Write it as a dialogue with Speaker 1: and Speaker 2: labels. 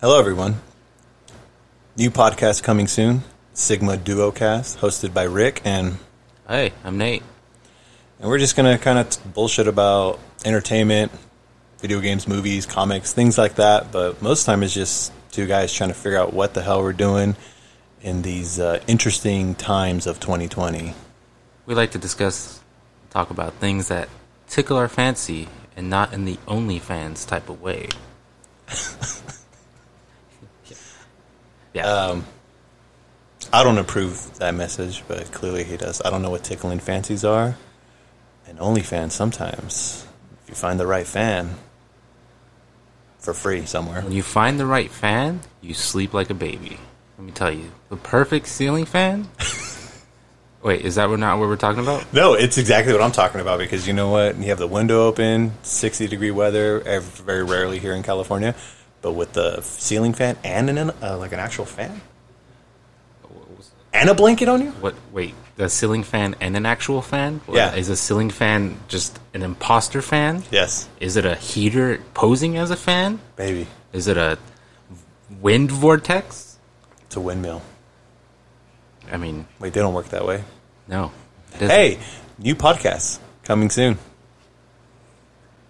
Speaker 1: Hello, everyone. New podcast coming soon Sigma Duocast, hosted by Rick, and,
Speaker 2: Hey, I'm Nate.
Speaker 1: and we're just going to kind of bullshit about entertainment, video games, movies, comics, things like that. But most of the time, it's just two guys trying to figure out what the hell we're doing in these uh, interesting times of 2020.
Speaker 2: We like to discuss, talk about things that tickle our fancy and not in the OnlyFans type of way. yeah.
Speaker 1: I don't approve that message, but clearly he does. I don't know what tickling fancies are, and OnlyFans sometimes. If you find the right fan, for free somewhere.
Speaker 2: when you find the right fan, you sleep like a baby. Let me tell you, the perfect ceiling fan. Wait, is that we're not what we're talking about?
Speaker 1: No, it's exactly what I'm talking about because you know what? You have the window open, 60 degree weather, ev- very rarely here in California, but with the ceiling fan and an uh, like an actual fan and a blanket on you.
Speaker 2: What? Wait, the ceiling fan and an actual fan? Or
Speaker 1: Yeah.
Speaker 2: Is a ceiling fan just an imposter fan?
Speaker 1: Yes,
Speaker 2: Is it a heater posing as a fan?
Speaker 1: baby,
Speaker 2: Is it a wind vortex?
Speaker 1: it's a windmill.
Speaker 2: I mean,
Speaker 1: Wait, they don't work that way.
Speaker 2: no. It doesn't.
Speaker 1: Hey, new podcast coming soon.